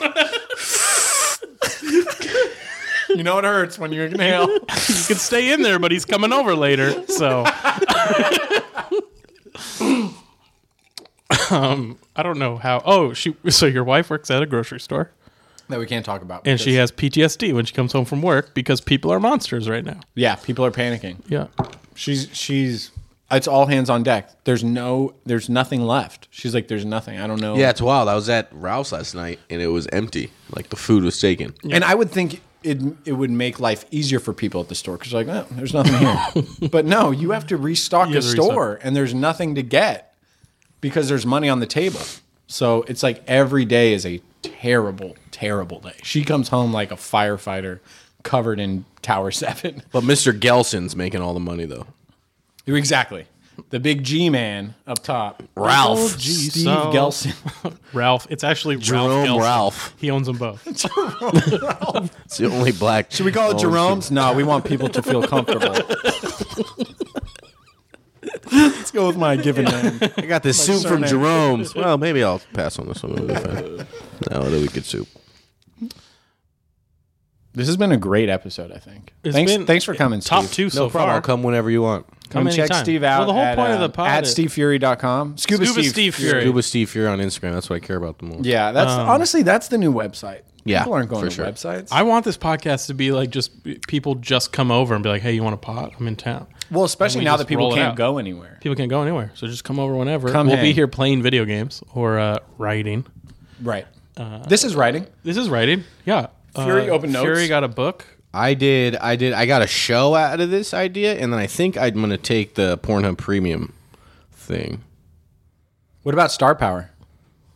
Speaker 2: you know it hurts when you inhale.
Speaker 3: he could stay in there, but he's coming over later. So, um, Um, I don't know how. Oh, she. So your wife works at a grocery store,
Speaker 2: That we can't talk about.
Speaker 3: and she has PTSD when she comes home from work because people are monsters right now.
Speaker 2: yeah, people are panicking.
Speaker 3: Yeah.
Speaker 2: She's she's it's all hands on deck. There's no there's nothing left. She's like there's nothing. I don't know.
Speaker 1: Yeah, it's wild. I was at Ralph's last night, and it was empty. Like the food was taken.
Speaker 2: And I would think it it would make life easier for people at the store because like oh, there's nothing here. but no, you have to restock
Speaker 3: have
Speaker 2: the
Speaker 3: to restock.
Speaker 2: store, and there's nothing to get because there's money on the table. So it's like every day is a terrible, terrible day. She comes home like a firefighter, covered in Tower Seven.
Speaker 1: But Mr. Gelson's making all the money though.
Speaker 2: exactly, the big G man up top,
Speaker 1: Ralph.
Speaker 3: Oh, gee,
Speaker 2: Steve
Speaker 3: so-
Speaker 2: Gelson.
Speaker 3: Ralph. It's actually Ralph.
Speaker 1: Jerome
Speaker 3: Gelson.
Speaker 1: Ralph.
Speaker 3: He owns them both.
Speaker 1: It's the only black. Should
Speaker 2: we
Speaker 3: Oh,
Speaker 2: call it Jerome's? No, we want people to feel comfortable. Let's go with my given name.
Speaker 1: I got this soup from
Speaker 2: surname.
Speaker 1: Jerome's. Well, maybe I'll pass on this one. It'll be fine. No, it'll be good soup.
Speaker 2: This has been a great episode, I think.
Speaker 3: It's
Speaker 2: Thanks,
Speaker 3: been
Speaker 2: thanks for coming,
Speaker 3: Top
Speaker 2: Steve.
Speaker 3: two so
Speaker 1: No problem.
Speaker 3: far.
Speaker 1: I'll come whenever you want.
Speaker 2: Come
Speaker 3: Come
Speaker 2: check
Speaker 3: anytime.
Speaker 2: Steve out.
Speaker 3: Well, the whole
Speaker 2: at,
Speaker 3: point of the
Speaker 2: um,
Speaker 3: pod
Speaker 2: at
Speaker 3: is-
Speaker 2: stevefury.com. Scuba,
Speaker 3: Scuba Steve Fury. Um,
Speaker 1: Scuba Steve Fury on Instagram. That's what I care about the most.
Speaker 2: Yeah, that's honestly that's the new website.
Speaker 1: Yeah,
Speaker 2: People aren't going
Speaker 1: for
Speaker 2: to
Speaker 1: sure.
Speaker 2: websites.
Speaker 3: I want this podcast to be like just people just come over and be like, hey, you want a pot? I'm in town.
Speaker 2: well, especially
Speaker 3: we
Speaker 2: now
Speaker 3: just
Speaker 2: that people
Speaker 3: roll it
Speaker 2: can't
Speaker 3: out.
Speaker 2: go anywhere.
Speaker 3: People can't go anywhere, so just come over whenever.
Speaker 2: Come
Speaker 3: we'll be
Speaker 2: hang.
Speaker 3: here playing video games or uh, writing.
Speaker 2: Right. this is writing.
Speaker 3: This is writing. Yeah.
Speaker 2: Fury
Speaker 3: Uh,
Speaker 2: open notes.
Speaker 3: Fury got a book.
Speaker 1: I did. I did. I got a show out of this idea, and then I think I'm going to take the Pornhub Premium thing.
Speaker 2: What about Star Power?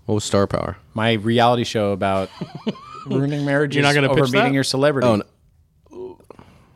Speaker 1: What was Star Power?
Speaker 2: My reality show about ruining marriages
Speaker 3: You're not gonna
Speaker 2: over
Speaker 3: pitch
Speaker 2: meeting
Speaker 3: that?
Speaker 2: your celebrity.
Speaker 1: Oh, no.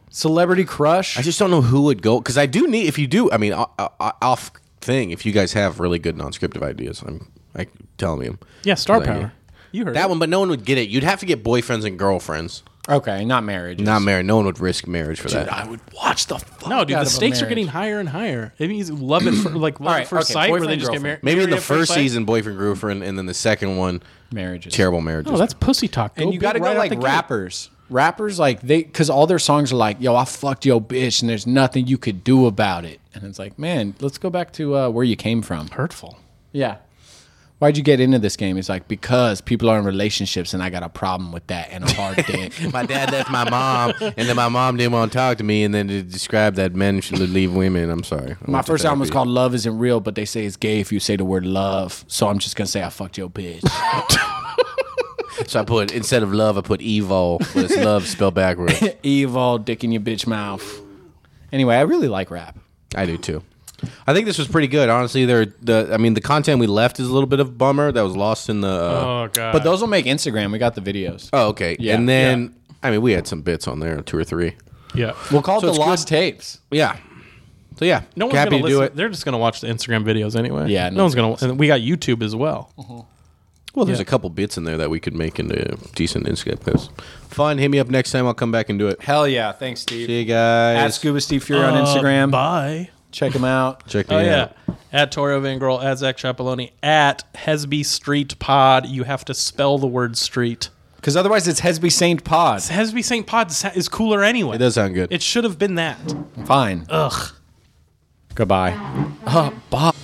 Speaker 2: Celebrity crush.
Speaker 1: I just don't know who would go because I do need. If you do, I mean, o- o- off thing. If you guys have really good non-scriptive ideas, I'm. I tell me 'em.
Speaker 3: Yeah, Star
Speaker 1: Like,
Speaker 3: Power. You heard
Speaker 1: That
Speaker 3: it.
Speaker 1: one, but no one would get it. You'd have to get boyfriends and girlfriends.
Speaker 2: okay, not marriage.
Speaker 1: Not married. No one would risk marriage for that.
Speaker 2: I would watch the fuck
Speaker 3: No, dude, the
Speaker 2: out of a
Speaker 3: stakes are
Speaker 2: marriage.
Speaker 3: getting higher and higher. It means love at fir- like love
Speaker 2: right,
Speaker 3: at first
Speaker 2: okay,
Speaker 3: sight, where they
Speaker 2: boyfriend,
Speaker 3: just get married.
Speaker 2: girlfriend.
Speaker 1: Maybe in the
Speaker 3: married at
Speaker 1: first
Speaker 3: sight?
Speaker 1: season, boyfriend girlfriend, and then the second one,
Speaker 2: marriages.
Speaker 1: terrible marriages.
Speaker 3: No, Oh, that's pussy talk.
Speaker 2: and you got to go like
Speaker 3: rapper.
Speaker 2: rappers. Rappers like they because all their songs are like, "Yo, I fucked yo bitch, and there's nothing you could do about it." And it's like, man, let's go back to uh, where you came from.
Speaker 3: hurtful.
Speaker 2: Yeah. Why'd you get into this game? It's like because people are in relationships, and I got a problem with that and a hard dick.
Speaker 1: my dad left my mom, and then my mom didn't want to talk to me, and then it described that men should leave women. I'm sorry. I
Speaker 2: My
Speaker 1: went to
Speaker 2: first album was
Speaker 1: therapy.
Speaker 2: called Love Isn't Real, but they say it's gay if you say the word love. So I'm just gonna say I fucked your bitch.
Speaker 1: So I put instead of love, I put evil, but it's love spelled backwards.
Speaker 2: Evil dick in your bitch mouth. Anyway, I really like rap.
Speaker 1: I do too. I think this was pretty good, honestly. There, the I mean, the content we left is a little bit of a bummer that was lost in the. Uh,
Speaker 3: Oh god.
Speaker 2: But those will make Instagram. We got the videos.
Speaker 1: oh, okay.
Speaker 2: Yeah.
Speaker 1: and then I mean, we had some bits on there, two or three.
Speaker 3: yeah.
Speaker 2: We'll call it
Speaker 1: So
Speaker 2: the
Speaker 1: it's good-
Speaker 2: lost tapes.
Speaker 1: Yeah. So yeah,
Speaker 3: No one's
Speaker 1: happy
Speaker 3: gonna
Speaker 1: to
Speaker 3: listen.
Speaker 1: do it.
Speaker 3: They're just gonna watch the Instagram videos anyway.
Speaker 2: Yeah,
Speaker 3: no,
Speaker 2: no
Speaker 3: one's gonna. And we got YouTube as well.
Speaker 1: Well, there's a couple bits in there that we could make into decent Instagram clips. Fun. Hit me up next time. I'll come back and do it.
Speaker 2: Hell yeah! Thanks, Steve.
Speaker 1: See you guys.
Speaker 2: At Scuba Steve Fury on Instagram.
Speaker 3: Uh, Bye.
Speaker 2: Uh, Check him out.
Speaker 1: Check me
Speaker 3: Oh
Speaker 1: out.
Speaker 3: yeah. At Torio Van Grohl, at Zach Chapeloni, at Hesby Street Pod. You have to spell the word street.
Speaker 2: Because otherwise, it's Hesby Saint Pod.
Speaker 3: Hesby St. Pod sa- is cooler anyway.
Speaker 1: It does sound good.
Speaker 3: It should have been that.
Speaker 2: Fine.
Speaker 3: Ugh.
Speaker 2: Goodbye. Uh, bye.